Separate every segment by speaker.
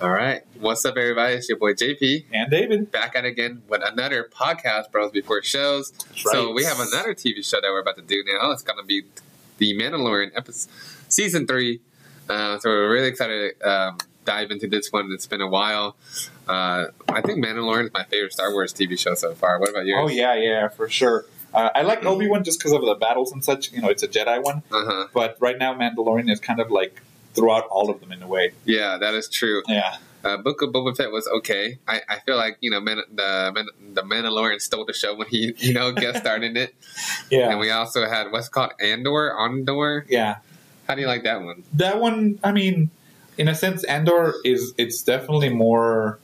Speaker 1: All right. What's up, everybody? It's your boy JP
Speaker 2: And David.
Speaker 1: back at it again with another podcast, Bros Before Shows. So we have another TV show that we're about to do now. It's going to be The Mandalorian episode, season three. Uh, so we're really excited to um, dive into this one. It's been a while. Uh, I think Mandalorian is my favorite Star Wars TV show so far. What about
Speaker 2: Oh
Speaker 1: yours?
Speaker 2: yeah, yeah, for sure. Uh, I
Speaker 1: Mm-hmm.
Speaker 2: like Obi Wan just because of the battles and such. You know, it's a Jedi one,
Speaker 1: Uh huh.
Speaker 2: but right now Mandalorian is kind of like throughout all of them in a way.
Speaker 1: Yeah, that is true.
Speaker 2: Yeah,
Speaker 1: Uh, Book of Boba Fett was okay. I, I feel like you know Man, the Man, the Mandalorian stole the show when he you know guest starred in it.
Speaker 2: yeah,
Speaker 1: And we also had what's called Andor, Andor.
Speaker 2: yeah.
Speaker 1: How do you like that one?
Speaker 2: That one, I mean, in a sense, Andor is it's definitely more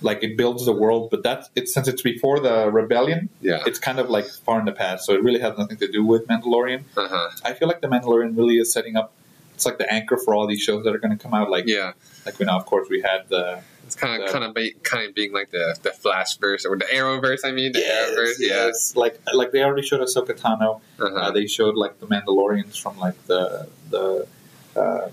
Speaker 2: like it builds the world, but that's it's since it's before the rebellion,
Speaker 1: Yeah.
Speaker 2: it's kind of like far in the past, so it really has nothing to do with Mandalorian.
Speaker 1: Uh huh.
Speaker 2: I feel like the Mandalorian really is setting up. It's like the anchor for all these shows that are going to come out. Like,
Speaker 1: Yeah.
Speaker 2: like we know, of course, we had the
Speaker 1: It's kind of
Speaker 2: Yeah.
Speaker 1: kind of be, kind of being like the the Flash verse or the Arrowverse. I mean, the Arrowverse. Yeah.
Speaker 2: Like like they already showed Ahsoka Tano. Uh,
Speaker 1: Uh-huh.
Speaker 2: they showed like the Mandalorians from like the the uh,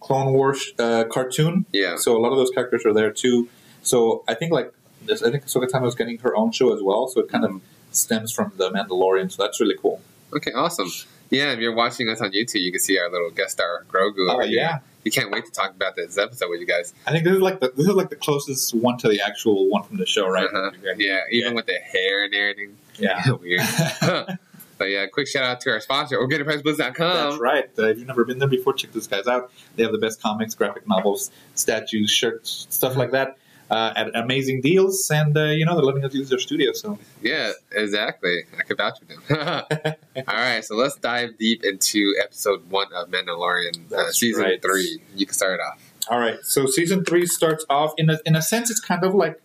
Speaker 2: Clone Wars uh, cartoon.
Speaker 1: Yeah.
Speaker 2: So a lot of those characters are there too. So I think like this, I think Ahsoka Tano is getting her own show as well. So it kind of stems from the Mandalorian. So that's really cool.
Speaker 1: Okay. Awesome. Yeah. If you're watching us on YouTube, you can see our little guest star Grogu.
Speaker 2: Oh
Speaker 1: over here.
Speaker 2: yeah,
Speaker 1: You can't wait to talk about this episode with you guys.
Speaker 2: I think this is like the this is like the closest one to the actual one from the show, right?
Speaker 1: Uh-huh. Yeah. Even with the hair and everything.
Speaker 2: Yeah.
Speaker 1: Weird. but yeah, quick shout out to our sponsor,
Speaker 2: That's
Speaker 1: OrganicPriceBlitz.com.
Speaker 2: right. Uh, if you've never been there before, check these guys out. They have the best comics, graphic novels, statues, shirts, stuff like that uh, at amazing deals. And, uh, you know, they're letting us use their studio. So,
Speaker 1: Yeah, exactly. I could vouch for them. All right, so let's dive deep into episode one of Mandalorian, uh,
Speaker 2: That's
Speaker 1: season
Speaker 2: right.
Speaker 1: three. You can start it off.
Speaker 2: all right. So, season three starts off in a, in a sense, it's kind of like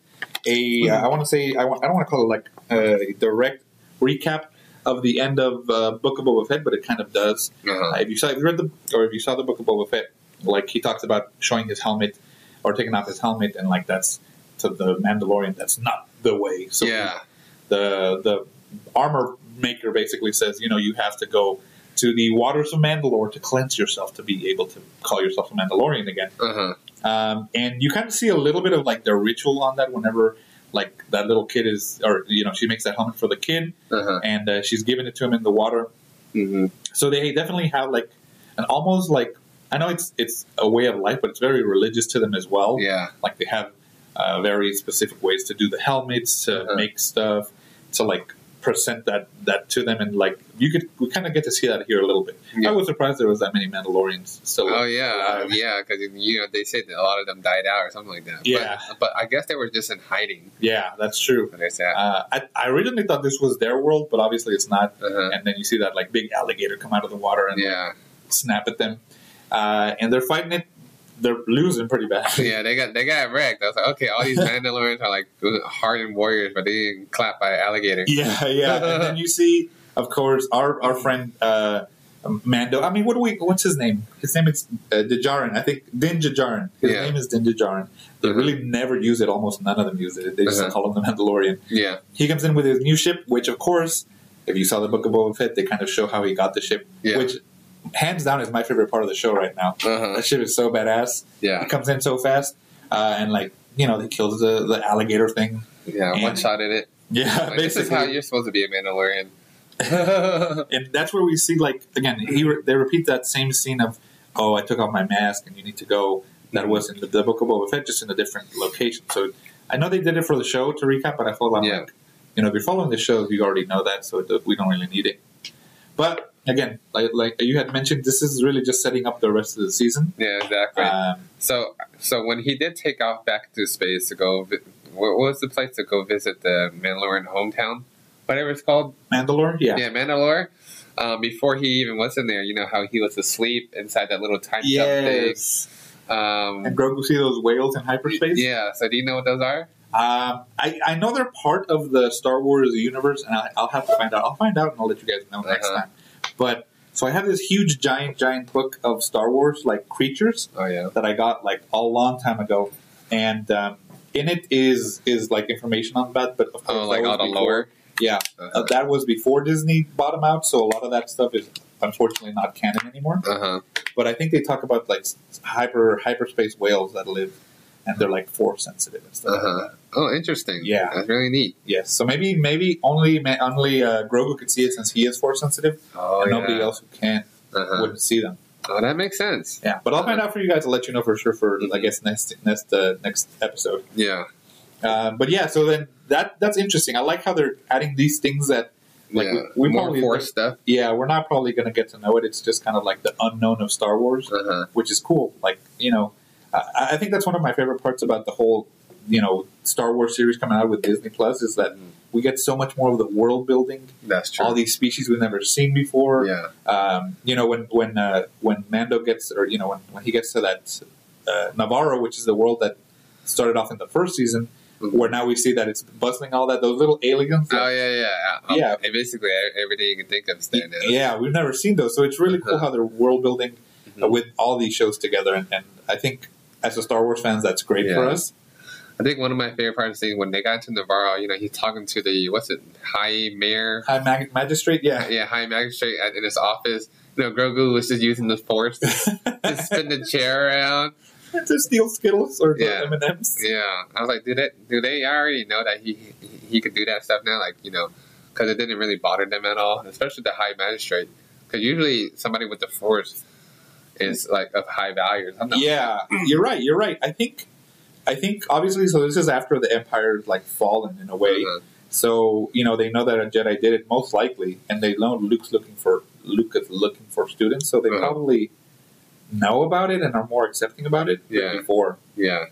Speaker 2: a, uh, I want to say, I, want, I don't want to call it like uh, a direct recap of the end of uh, Book of Boba Fett, but it kind of does.
Speaker 1: Uh-huh.
Speaker 2: Uh, if you saw, if you read the, or if you saw the book of Boba Fett, like he talks about showing his helmet or taking off his helmet, and like that's to the Mandalorian, that's not the way. So
Speaker 1: yeah,
Speaker 2: the the armor maker basically says, you know, you have to go to the waters of Mandalore to cleanse yourself to be able to call yourself a Mandalorian again.
Speaker 1: uh-huh.
Speaker 2: Um, and you kind of see a little bit of like the ritual on that whenever like that little kid is, or you know, she makes that helmet for the kid,
Speaker 1: Uh-huh.
Speaker 2: and uh, she's giving it to him in the water.
Speaker 1: hmm
Speaker 2: So they definitely have like an almost like I know it's it's a way of life, but it's very religious to them as well.
Speaker 1: Yeah,
Speaker 2: Like they have uh, very specific ways to do the helmets, to
Speaker 1: Uh-huh.
Speaker 2: make stuff, to like present that that to them, and like you could we kind of get to see that here a little bit.
Speaker 1: Yeah.
Speaker 2: I was surprised there was that many Mandalorians still.
Speaker 1: Oh yeah,
Speaker 2: alive.
Speaker 1: yeah. Because you know they said that a lot of them died out or something like that.
Speaker 2: Yeah.
Speaker 1: but, but I guess they were just in hiding.
Speaker 2: Yeah, that's true.
Speaker 1: So There's that.
Speaker 2: Uh, I, I originally thought this was their world, but obviously it's not.
Speaker 1: Uh-huh.
Speaker 2: And then you see that like big alligator come out of the water and
Speaker 1: Yeah,
Speaker 2: snap at them, uh, and they're fighting it. They're losing pretty bad.
Speaker 1: yeah. They got they got wrecked. I was like, okay, all these Mandalorians are like hardened warriors, but they didn't clap by an alligator.
Speaker 2: Yeah, yeah. and then you see, of course, our our friend uh, Mando. I mean, what do we? What's his name? His name is uh, Djarin. I think Din Djarin. His
Speaker 1: Yeah.
Speaker 2: name is Din Djarin. They
Speaker 1: Mhm.
Speaker 2: really never use it. Almost none of them use it. They just
Speaker 1: Uh-huh.
Speaker 2: call him the Mandalorian.
Speaker 1: Yeah,
Speaker 2: He comes in with his new ship, which, of course, if you saw the Book of Boba Fett, they kind of show how he got the ship,
Speaker 1: yeah.
Speaker 2: which hands down is my favorite part of the show right now.
Speaker 1: uh-huh.
Speaker 2: That ship is so badass.
Speaker 1: Yeah,
Speaker 2: It comes in so fast, uh, and like you know, they kills the, the alligator thing.
Speaker 1: yeah. One shot at it.
Speaker 2: Yeah,
Speaker 1: Like, this is how you're supposed to be a Mandalorian.
Speaker 2: and that's where we see like again he re- they repeat that same scene of oh I took off my mask and you need to go that was in the, the Book of Boba Fett just in a different location so I know they did it for the show to recap but I thought I'm
Speaker 1: Yeah.
Speaker 2: like you know if you're following the show you already know that so it, we don't really need it but again like, like you had mentioned this is really just setting up the rest of the season
Speaker 1: yeah, exactly.
Speaker 2: um,
Speaker 1: So, so when he did take off back to space to go, vi- what what was the place to go visit the Mandalorian hometown, whatever it's called?
Speaker 2: Mandalore yeah
Speaker 1: Yeah, Mandalore. Um, before he even was in there, you know how he was asleep inside that little time jump thing.
Speaker 2: and
Speaker 1: Um,
Speaker 2: Grogu see those whales in hyperspace
Speaker 1: yeah. So, do you know what those are?
Speaker 2: Um, I, I know they're part of the Star Wars universe, and I, I'll have to find out. I'll find out, and I'll let you guys know next
Speaker 1: Uh-huh.
Speaker 2: time. But so I have this huge, giant, giant book of Star Wars like creatures
Speaker 1: Oh yeah.
Speaker 2: that I got like a long time ago, and um, in it is is like information on that. But of course,
Speaker 1: Oh, like
Speaker 2: that was
Speaker 1: all the
Speaker 2: before-
Speaker 1: lore.
Speaker 2: Yeah, uh,
Speaker 1: Uh
Speaker 2: that was before Disney bought them out, so a lot of that stuff is unfortunately not canon anymore.
Speaker 1: huh.
Speaker 2: But I think they talk about like s- hyper hyperspace whales that live and they're like force sensitive and stuff. like
Speaker 1: Uh-huh.
Speaker 2: that.
Speaker 1: Oh, interesting.
Speaker 2: Yeah.
Speaker 1: that's really neat.
Speaker 2: Yes. So maybe maybe only ma- only uh, Grogu could see it since he is force sensitive,
Speaker 1: Oh,
Speaker 2: and
Speaker 1: yeah.
Speaker 2: nobody else who can
Speaker 1: Uh-huh.
Speaker 2: wouldn't see them.
Speaker 1: Oh, that makes sense.
Speaker 2: Yeah. But I'll find out for you guys. I'll let you know for sure for I
Speaker 1: Mhm.
Speaker 2: guess next next uh, next episode.
Speaker 1: Yeah,
Speaker 2: Uh, but yeah, so then that that's interesting. I like how they're adding these things that Like,
Speaker 1: yeah.
Speaker 2: we- we
Speaker 1: More
Speaker 2: probably-
Speaker 1: force stuff.
Speaker 2: yeah we're not probably going to get to know it. It's just kind of like the unknown of Star Wars.
Speaker 1: Uh huh.
Speaker 2: which is cool. Like you know, I, I think that's one of my favorite parts about the whole you know Star Wars series coming out with Disney Plus is
Speaker 1: Mm-hmm.
Speaker 2: that we get so much more of the world building,
Speaker 1: That's true.
Speaker 2: all these species we've never seen before.
Speaker 1: yeah.
Speaker 2: Um, you know, when when uh, when Mando gets or you know when, when he gets to that uh, Navarro, which is the world that started off in the first season,
Speaker 1: Mhm.
Speaker 2: where now we see that it's bustling all that those little aliens. that-
Speaker 1: Oh yeah, yeah,
Speaker 2: Yeah.
Speaker 1: Um, basically, e- everything you can think of is there now.
Speaker 2: yeah, we've never seen those, so it's really cool
Speaker 1: Uh-huh.
Speaker 2: how they're world building uh,
Speaker 1: Mhm.
Speaker 2: with all these shows together. And, and I think as a Star Wars fans, that's great for
Speaker 1: Yeah.
Speaker 2: us.
Speaker 1: I think one of my favorite parts is when they got to Navarro. You know, he's talking to the what's it, high mayor,
Speaker 2: High mag- magistrate, yeah.
Speaker 1: yeah, high magistrate at, in his office. You know, Grogu was just using the force to spin the chair around.
Speaker 2: to steal Skittles or
Speaker 1: Yeah.
Speaker 2: M and M's.
Speaker 1: Yeah, I was like, do that? Do they already know that he he- he could do that stuff now? Like, you know, because it didn't really bother them at all, especially the high magistrate. Because usually somebody with the force is like of high value. or something.
Speaker 2: Yeah, you're right. You're right. I think, I think obviously. So this is after the Empire's like fallen in a way.
Speaker 1: Uh-huh.
Speaker 2: So you know they know that a Jedi did it most likely, and they know Luke's looking for Luke is looking for students. So they
Speaker 1: Uh-huh.
Speaker 2: probably know about it and are more accepting about it
Speaker 1: Yeah.
Speaker 2: than before.
Speaker 1: yeah.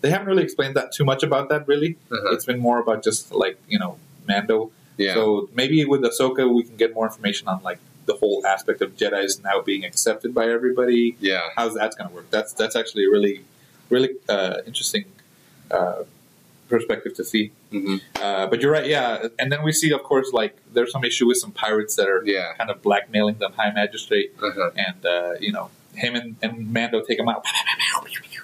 Speaker 2: They haven't really explained that too much about that. Really,
Speaker 1: Uh-huh.
Speaker 2: it's been more about just like you know Mando
Speaker 1: Yeah.
Speaker 2: So maybe with Ahsoka, we can get more information on like the whole aspect of Jedi's now being accepted by everybody.
Speaker 1: yeah.
Speaker 2: How's that's going to work? That's that's actually a really, really uh, interesting uh, perspective to see.
Speaker 1: hmm
Speaker 2: Uh, but you're right, yeah. And then we see, of course, like there's some issue with some pirates that are
Speaker 1: Yeah.
Speaker 2: kind of blackmailing the High Magistrate,
Speaker 1: Uh-huh.
Speaker 2: and uh, you know him and, and Mando take him out.
Speaker 1: Yeah,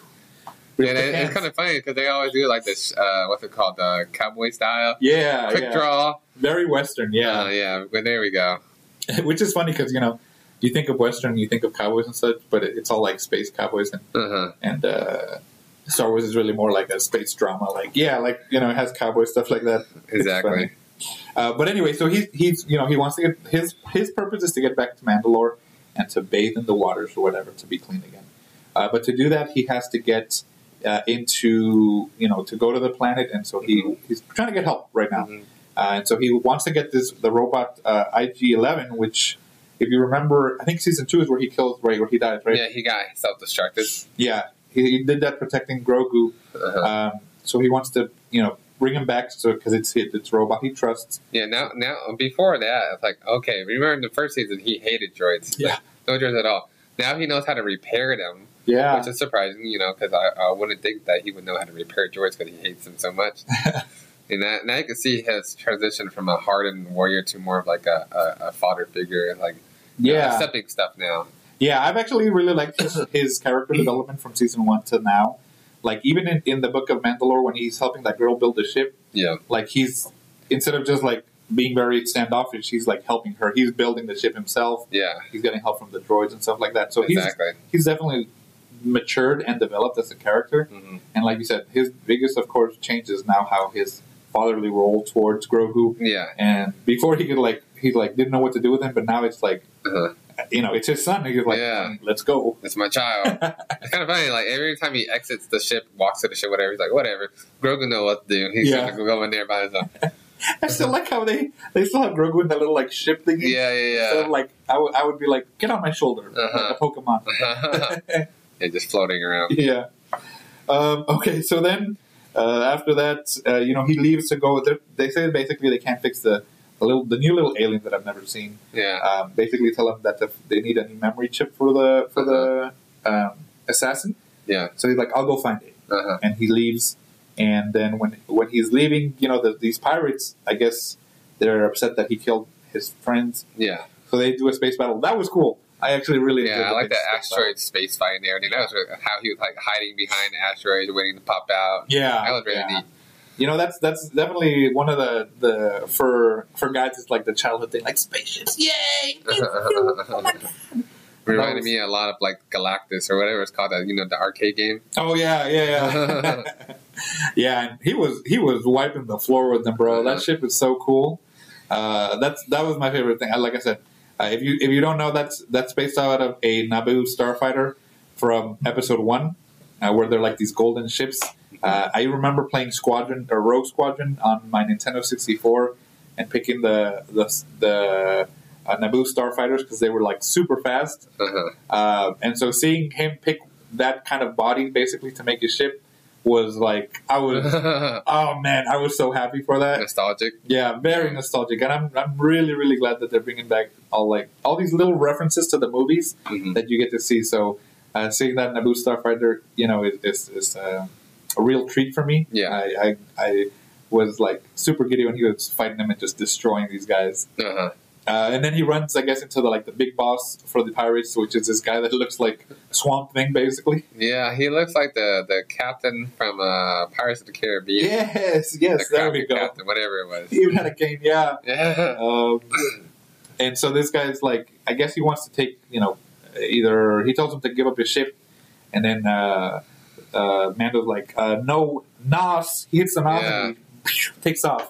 Speaker 2: With
Speaker 1: and
Speaker 2: the
Speaker 1: it,
Speaker 2: hands.
Speaker 1: it's kind of funny because they always do like this. Uh, what's it called? The cowboy style
Speaker 2: yeah,
Speaker 1: quick
Speaker 2: yeah.
Speaker 1: draw.
Speaker 2: very Western, yeah.
Speaker 1: Uh, yeah. Well, there we go. Uh,
Speaker 2: Which is funny because you know you think of Western, you think of cowboys and such, but it, it's all like space cowboys and
Speaker 1: Uh huh.
Speaker 2: and uh, Star Wars is really more like a space drama. Like, yeah, like you know, it has cowboy stuff like that.
Speaker 1: Exactly.
Speaker 2: Uh, but anyway, so he's he's you know he wants to get his his purpose is to get back to Mandalore and to bathe in the waters or whatever to be clean again. Uh, but to do that, he has to get uh, into you know to go to the planet, and so he he's trying to get help right now.
Speaker 1: Mhm.
Speaker 2: Uh, and so he wants to get this the robot uh, IG Eleven, which if you remember, I think season two is where he kills right where he dies, right?
Speaker 1: Yeah, he got self-destructed.
Speaker 2: Yeah, he, he did that protecting Grogu.
Speaker 1: Uh-huh.
Speaker 2: Um, so he wants to, you know, bring him back so because it's it's robot he trusts.
Speaker 1: Yeah. Now, now before that, it's like okay. Remember in the first season, he hated droids.
Speaker 2: Yeah.
Speaker 1: No droids at all. Now he knows how to repair them,
Speaker 2: Yeah,
Speaker 1: which is surprising, you know, because I, I wouldn't think that he would know how to repair droids because he hates them so much. and that, now you can see his transition from a hardened warrior to more of like a, a, a fodder figure, like you know,
Speaker 2: yeah,
Speaker 1: accepting stuff now.
Speaker 2: yeah. I've actually really liked his, his character development from season one to now. Like even in, in the book of Mandalore, when he's helping that girl build a ship,
Speaker 1: Yeah.
Speaker 2: like he's instead of just like being very standoffish, he's like helping her. He's building the ship himself.
Speaker 1: Yeah,
Speaker 2: He's getting help from the droids and stuff like that. So he's
Speaker 1: exactly.
Speaker 2: he's definitely matured and developed as a character.
Speaker 1: hmm
Speaker 2: And like you said, his biggest, of course, change is now how his fatherly role towards Grogu.
Speaker 1: Yeah,
Speaker 2: And before he could like he like didn't know what to do with him, but now it's like
Speaker 1: Uh-huh.
Speaker 2: you know it's his son. He's like,
Speaker 1: Yeah.
Speaker 2: let's go.
Speaker 1: it's my child. it's kind of funny. Like every time he exits the ship, walks to the ship, whatever, he's like, whatever. Grogu know what to do. He's
Speaker 2: Yeah.
Speaker 1: gonna go in there by himself.
Speaker 2: I still like how they they still have Grogu in that little like ship thingy.
Speaker 1: Yeah,
Speaker 2: So
Speaker 1: yeah,
Speaker 2: like I would I would be like, get on my shoulder,
Speaker 1: Uh-huh.
Speaker 2: like a Pokemon.
Speaker 1: yeah. yeah, just floating around.
Speaker 2: yeah. Um, okay, so then uh, after that, uh, you know, he leaves to go. They- They say basically they can't fix the, the little the new little alien that I've never seen.
Speaker 1: Yeah,
Speaker 2: um, basically tell them that the, they need a new memory chip for the for the um, assassin.
Speaker 1: Uh-huh. Yeah.
Speaker 2: So he's like, "I'll go find it,"
Speaker 1: uh-huh.
Speaker 2: and he leaves. And then when when he's leaving, you know, the, these pirates, I guess they're upset that he killed his friends,
Speaker 1: yeah,
Speaker 2: so they do a space battle. That was cool. I actually really enjoyed
Speaker 1: yeah. I
Speaker 2: the
Speaker 1: like
Speaker 2: big
Speaker 1: that
Speaker 2: space battle.
Speaker 1: asteroid space fight and everything. That was really, how he was like hiding behind asteroids, waiting to pop out.
Speaker 2: Yeah,
Speaker 1: That was really
Speaker 2: yeah.
Speaker 1: neat.
Speaker 2: You know, that's that's definitely one of the the for for guys. It's like the childhood thing, like spaceships. Yay!
Speaker 1: Reminded
Speaker 2: was-
Speaker 1: me a lot of like Galactus or whatever it's called that you know the arcade game.
Speaker 2: Oh yeah, yeah, yeah. yeah, and he was he was wiping the floor with them, bro. That ship is so cool. Uh, that's that was my favorite thing. I- Like I said, uh, if you if you don't know, that's that's based out of a Naboo starfighter from Episode One, uh, where they're like these golden ships. Uh, I remember playing Squadron or Rogue Squadron on my Nintendo sixty four and picking the the the uh, Naboo starfighters because they were like super fast
Speaker 1: Uh-huh.
Speaker 2: uh, and so seeing him pick that kind of body basically to make his ship was like I was oh man I was so happy for that
Speaker 1: Nostalgic.
Speaker 2: yeah very nostalgic and I'm I'm really really glad that they're bringing back all like all these little references to the movies
Speaker 1: Mhm.
Speaker 2: that you get to see so uh, seeing that Naboo Starfighter you know is is, is uh, a real treat for me
Speaker 1: Yeah.
Speaker 2: I I, I was like super giddy when he was fighting them and just destroying these guys
Speaker 1: Uh-huh.
Speaker 2: uh, and then he runs, I guess, into the like the big boss for the pirates, which is this guy that looks like Swamp Thing, basically.
Speaker 1: Yeah, he looks like the the captain from uh, Pirates of the Caribbean.
Speaker 2: Yes,
Speaker 1: the
Speaker 2: yes, there we
Speaker 1: crafty
Speaker 2: go.
Speaker 1: captain, whatever it was.
Speaker 2: He even had a game, yeah.
Speaker 1: Yeah.
Speaker 2: Um, and so this guy's like, I guess he wants to take, you know, either he tells him to give up his ship, and then uh, uh, Mando's like, uh, no, Nas, he hits the Nas, and he takes off.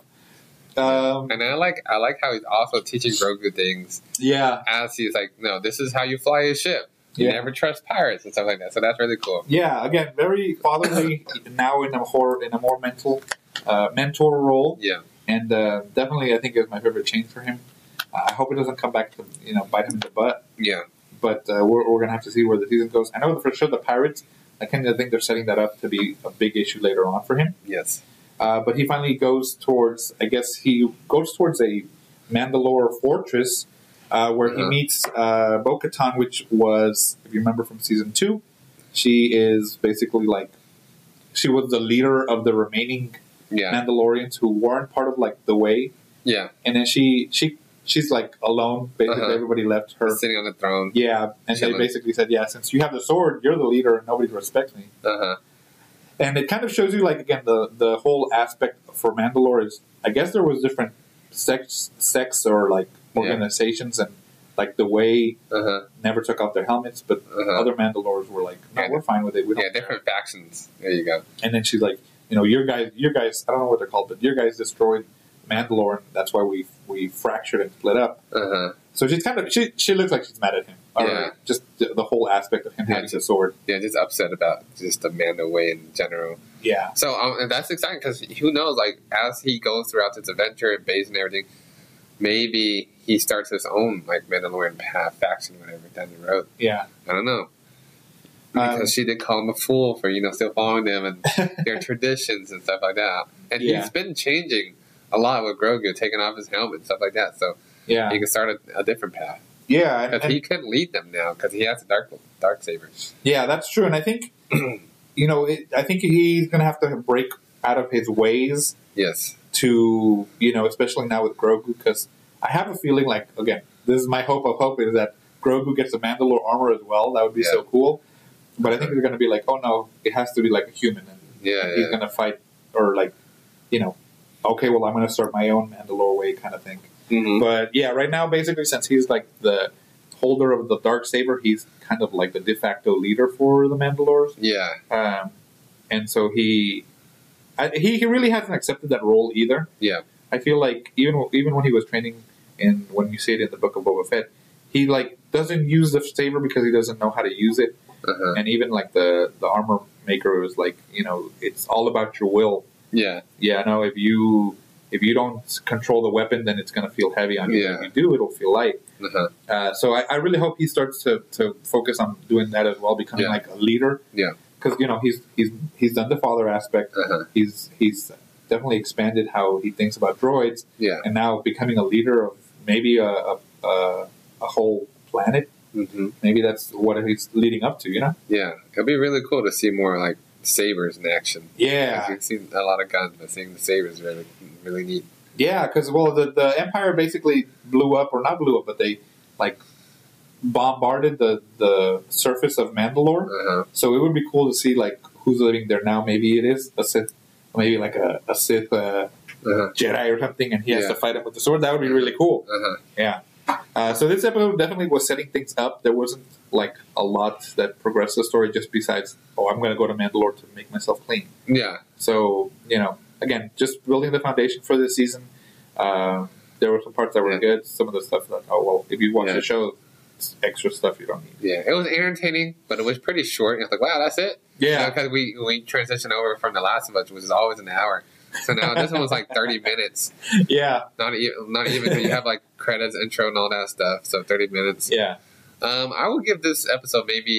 Speaker 2: Um,
Speaker 1: And I like I like how he's also teaching Grogu things
Speaker 2: yeah,
Speaker 1: as he's like, no, this is how you fly a ship. You
Speaker 2: Yeah.
Speaker 1: never trust pirates and stuff like that. So that's really cool.
Speaker 2: yeah. Again, very fatherly now in a horror in a more mental uh, mentor role.
Speaker 1: Yeah.
Speaker 2: and uh, definitely I think it was my favorite change for him. Uh, I hope it doesn't come back to you know bite him in the butt,
Speaker 1: Yeah.
Speaker 2: but uh, we're, we're gonna have to see where the season goes. I know for sure the Pirates. I kind of think they're setting that up to be a big issue later on for him.
Speaker 1: Yes.
Speaker 2: Uh, but he finally goes towards, I guess he goes towards a Mandalore fortress uh, where he
Speaker 1: Uh-huh.
Speaker 2: meets uh, Bo Katan, which was, if you remember from season two, she is basically like, she was the leader of the remaining
Speaker 1: Yeah.
Speaker 2: Mandalorians who weren't part of like the way
Speaker 1: Yeah.
Speaker 2: and then she she she's like alone. Basically,
Speaker 1: Uh-huh.
Speaker 2: everybody left her.
Speaker 1: Sitting on the throne.
Speaker 2: Yeah, and they
Speaker 1: Chilling.
Speaker 2: basically said, "Yeah, since you have the sword, you're the leader, and nobody respects me."
Speaker 1: Uh huh.
Speaker 2: And it kind of shows you, like, again, the the whole aspect for Mandalore is, I guess, there was different sex sects or like
Speaker 1: Yeah.
Speaker 2: organizations, and like the way
Speaker 1: Uh huh.
Speaker 2: never took off their helmets, but
Speaker 1: Uh-huh.
Speaker 2: other Mandalores were like, "No,
Speaker 1: Yeah.
Speaker 2: we're fine with it." We don't
Speaker 1: Yeah,
Speaker 2: care.
Speaker 1: different factions. There you go.
Speaker 2: And then she's like, "You know, your guys, your guys, I don't know what they're called, but your guys destroyed Mandalore, and that's why we we fractured and split up."
Speaker 1: Uh huh.
Speaker 2: So she's kind of she she looks like she's mad at him. Or
Speaker 1: Yeah.
Speaker 2: Just the, the whole aspect of him
Speaker 1: Yeah,
Speaker 2: having the sword.
Speaker 1: Yeah, just upset about just the Mando way in general.
Speaker 2: Yeah.
Speaker 1: So um, and that's exciting because who knows? Like as he goes throughout this adventure and base and everything, maybe he starts his own like Mandalorian path, faction, whatever down the road.
Speaker 2: Yeah.
Speaker 1: I don't know
Speaker 2: Um,
Speaker 1: because she did call him a fool for you know still following them and their traditions and stuff like that. And
Speaker 2: Yeah.
Speaker 1: he's been changing a lot with Grogu, taking off his helmet and stuff like that. So
Speaker 2: yeah.
Speaker 1: he can start a, a different path.
Speaker 2: Yeah. And,
Speaker 1: Because
Speaker 2: and-
Speaker 1: he can lead them now because he has the dark dark saber.
Speaker 2: yeah, that's true. And I think you know, it, I think he's gonna have to break out of his ways
Speaker 1: Yes.
Speaker 2: to you know, especially now with Grogu, because I have a feeling like again, this is my hope of hope is that Grogu gets a Mandalore armor as well. That would be
Speaker 1: Yeah.
Speaker 2: so cool. But I think they're gonna be like, oh no, it has to be like a human, and
Speaker 1: Yeah.
Speaker 2: he's
Speaker 1: yeah.
Speaker 2: gonna fight or like, you know, okay, well, I'm gonna start my own Mandalore way kind of thing.
Speaker 1: Mhm.
Speaker 2: But yeah, Mm-hmm. right now, basically, since he's like the holder of the dark saber, he's kind of like the de facto leader for the Mandalores,
Speaker 1: Yeah.
Speaker 2: um, and so he, I, he he really hasn't accepted that role either.
Speaker 1: Yeah.
Speaker 2: I feel like even even when he was training, and when you see it in the book of Boba Fett, he like doesn't use the saber because he doesn't know how to use it,
Speaker 1: Uh-huh.
Speaker 2: and even like the the armor maker was like, you know, it's all about your will.
Speaker 1: Yeah.
Speaker 2: Yeah, no, if you if you don't control the weapon, then it's going to feel heavy on you.
Speaker 1: Yeah.
Speaker 2: If you do, it'll feel light.
Speaker 1: Uh-huh.
Speaker 2: Uh, so I, I really hope he starts to, to focus on doing that as well, becoming
Speaker 1: Yeah.
Speaker 2: like a leader.
Speaker 1: Yeah.
Speaker 2: because you know he's he's he's done the father aspect.
Speaker 1: Uh-huh.
Speaker 2: He's he's definitely expanded how he thinks about droids,
Speaker 1: Yeah.
Speaker 2: and now becoming a leader of maybe a a, a, a whole planet.
Speaker 1: hmm
Speaker 2: Maybe that's what he's leading up to. You know?
Speaker 1: Yeah. It'd be really cool to see more like sabers in action. 'Cause
Speaker 2: Yeah,
Speaker 1: We've seen a lot of guns, but seeing the sabers is really, really neat.
Speaker 2: yeah. Because well, the the empire basically blew up, or not blew up, but they like bombarded the the surface of Mandalore.
Speaker 1: Uh-huh.
Speaker 2: So it would be cool to see like who's living there now. Maybe it is a Sith, maybe like a, a Sith uh,
Speaker 1: Uh-huh.
Speaker 2: Jedi or something, and he has
Speaker 1: Yeah.
Speaker 2: to fight him with the sword. That would be really cool.
Speaker 1: Uh-huh.
Speaker 2: Yeah. Uh, so this episode definitely was setting things up. There wasn't like a lot that progressed the story, just besides, oh, I'm going to go to Mandalore to make myself clean.
Speaker 1: Yeah.
Speaker 2: So you know, again, just building the foundation for this season. Uh, there were some parts that were
Speaker 1: Yeah.
Speaker 2: good. Some of the stuff that oh well, if you watch
Speaker 1: Yeah.
Speaker 2: the show, it's extra stuff you don't need.
Speaker 1: Yeah. It was entertaining, but it was pretty short. And I was like, wow, that's it.
Speaker 2: Yeah,
Speaker 1: Because we, we transitioned over from The Last of Us, which is always an hour. So now this one was like 30 minutes.
Speaker 2: yeah,
Speaker 1: Not, e- not even, you have like credits, intro, and all that stuff. So 30 minutes.
Speaker 2: yeah.
Speaker 1: Um, I will give this episode maybe,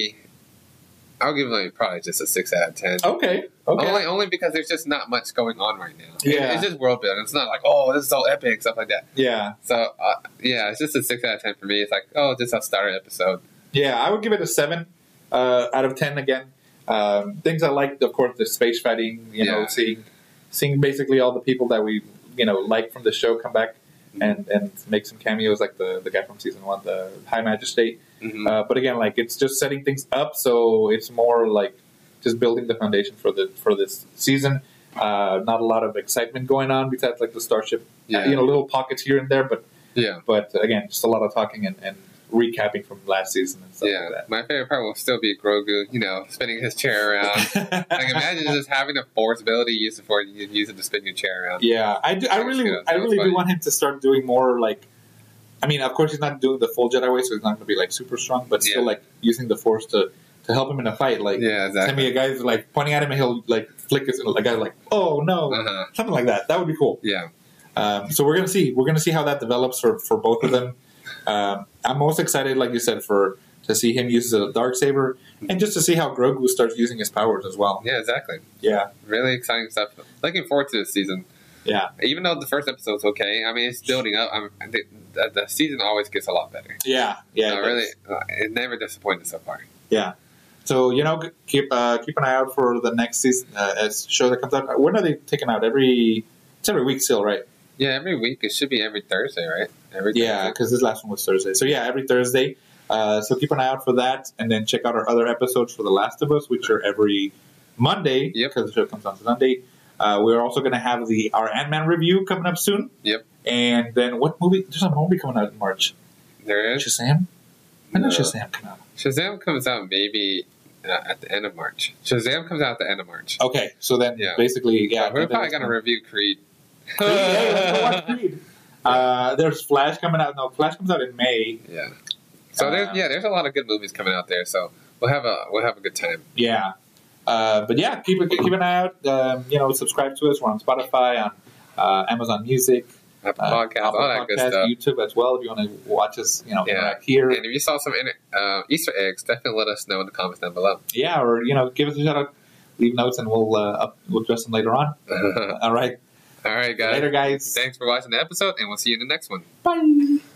Speaker 1: I'll give it like probably just a 6 out of 10.
Speaker 2: Okay, Oh, okay.
Speaker 1: Only, only because there's just not much going on right now. It-
Speaker 2: Yeah.
Speaker 1: it's just world building. It's not like, oh, this is all epic, stuff like that.
Speaker 2: yeah,
Speaker 1: So, uh, yeah, it's just a 6 out of 10 for me. It's like, oh, just a starter episode.
Speaker 2: yeah. I would give it a seven uh, out of ten. Again, um, things I liked, of course, the space fighting. You know,
Speaker 1: Yeah.
Speaker 2: seeing seeing basically all the people that we you know like from the show come back.
Speaker 1: Mm-hmm.
Speaker 2: And, and make some cameos like the, the guy from season one, the High Magistrate.
Speaker 1: Mhm.
Speaker 2: Uh, but again, like it's just setting things up, so it's more like just building the foundation for the for this season. Uh, not a lot of excitement going on besides like the starship, uh,
Speaker 1: yeah.
Speaker 2: you know, little pockets here and there. But
Speaker 1: yeah.
Speaker 2: but again, just a lot of talking and, and recapping from last season and stuff
Speaker 1: Yeah.
Speaker 2: like
Speaker 1: My favorite part will still be Grogu, you know, spinning his chair around.
Speaker 2: that.
Speaker 1: like, imagine just having a force ability, use the force, you can use it to spin your chair around.
Speaker 2: Yeah, I, do, I
Speaker 1: That was
Speaker 2: really,
Speaker 1: good.
Speaker 2: I
Speaker 1: That was
Speaker 2: really do
Speaker 1: funny.
Speaker 2: want him to start doing more like. I mean, of course, he's not doing the full Jedi way, so he's not going to be like super strong, but still
Speaker 1: Yeah.
Speaker 2: like using the Force to to help him in a fight. Like,
Speaker 1: Yeah,
Speaker 2: send me
Speaker 1: exactly.
Speaker 2: a guy's like pointing at him, and he'll like flick his. A guy's like, oh no,
Speaker 1: Uh-huh.
Speaker 2: something like that. That would be cool.
Speaker 1: Yeah.
Speaker 2: Um, so we're gonna see. We're gonna see how that develops for, for both of them. Um, I'm most excited, like you said, for to see him use the dark saber and just to see how Grogu starts using his powers as well.
Speaker 1: Yeah, exactly.
Speaker 2: Yeah,
Speaker 1: Really exciting stuff. Looking forward to this season.
Speaker 2: yeah,
Speaker 1: Even though the first episode's okay, I mean, it's building up. I'm, the, the, the season always gets a lot better.
Speaker 2: yeah, yeah.
Speaker 1: so
Speaker 2: it
Speaker 1: really,
Speaker 2: does.
Speaker 1: uh, it never disappointed so far.
Speaker 2: yeah. So you know, keep uh, keep an eye out for the next season uh, as show that comes out. When are they taking out? Every it's every week still, right?
Speaker 1: Yeah, every week. It should be every Thursday, right? Every
Speaker 2: Yeah,
Speaker 1: Thursday.
Speaker 2: because this last one was Thursday. So yeah, every Thursday. Uh, so keep an eye out for that, and then check out our other episodes for The Last of Us, which are every Monday
Speaker 1: Yep.
Speaker 2: because the show comes on Sunday. Uh, we're also going to have the our Ant Man review coming up soon.
Speaker 1: Yep.
Speaker 2: And then what movie? There's a movie coming out in March.
Speaker 1: There is.
Speaker 2: Shazam. When does
Speaker 1: No.
Speaker 2: Shazam come out?
Speaker 1: Shazam comes out maybe uh, at the end of March. Shazam comes out at the end of March.
Speaker 2: Okay, so then
Speaker 1: Yeah.
Speaker 2: basically, yeah,
Speaker 1: Yeah, we're probably gonna review Creed.
Speaker 2: yeah,
Speaker 1: yeah.
Speaker 2: uh, there's Flash coming out. No, Flash comes out in May.
Speaker 1: So there's
Speaker 2: Uh,
Speaker 1: yeah, there's a lot of good movies coming out there. So we'll have a we'll have a good time.
Speaker 2: Yeah. Uh, but yeah, keep, keep an eye out. Um, you know, subscribe to us. We're on Spotify, on uh, Amazon Music,
Speaker 1: Apple
Speaker 2: uh,
Speaker 1: Podcasts,
Speaker 2: Apple
Speaker 1: all that good
Speaker 2: Podcasts,
Speaker 1: stuff.
Speaker 2: YouTube as well. If you want to watch us, you know,
Speaker 1: Yeah.
Speaker 2: interact here.
Speaker 1: And if you saw some inter- uh, Easter eggs, definitely let us know in the comments down below.
Speaker 2: Yeah, or you know, give us a shout out, leave notes, and we'll uh, up, we'll address them later on.
Speaker 1: all
Speaker 2: All right,
Speaker 1: right, guys.
Speaker 2: later, guys.
Speaker 1: Thanks for watching the episode, and we'll see you in the next one.
Speaker 2: Bye.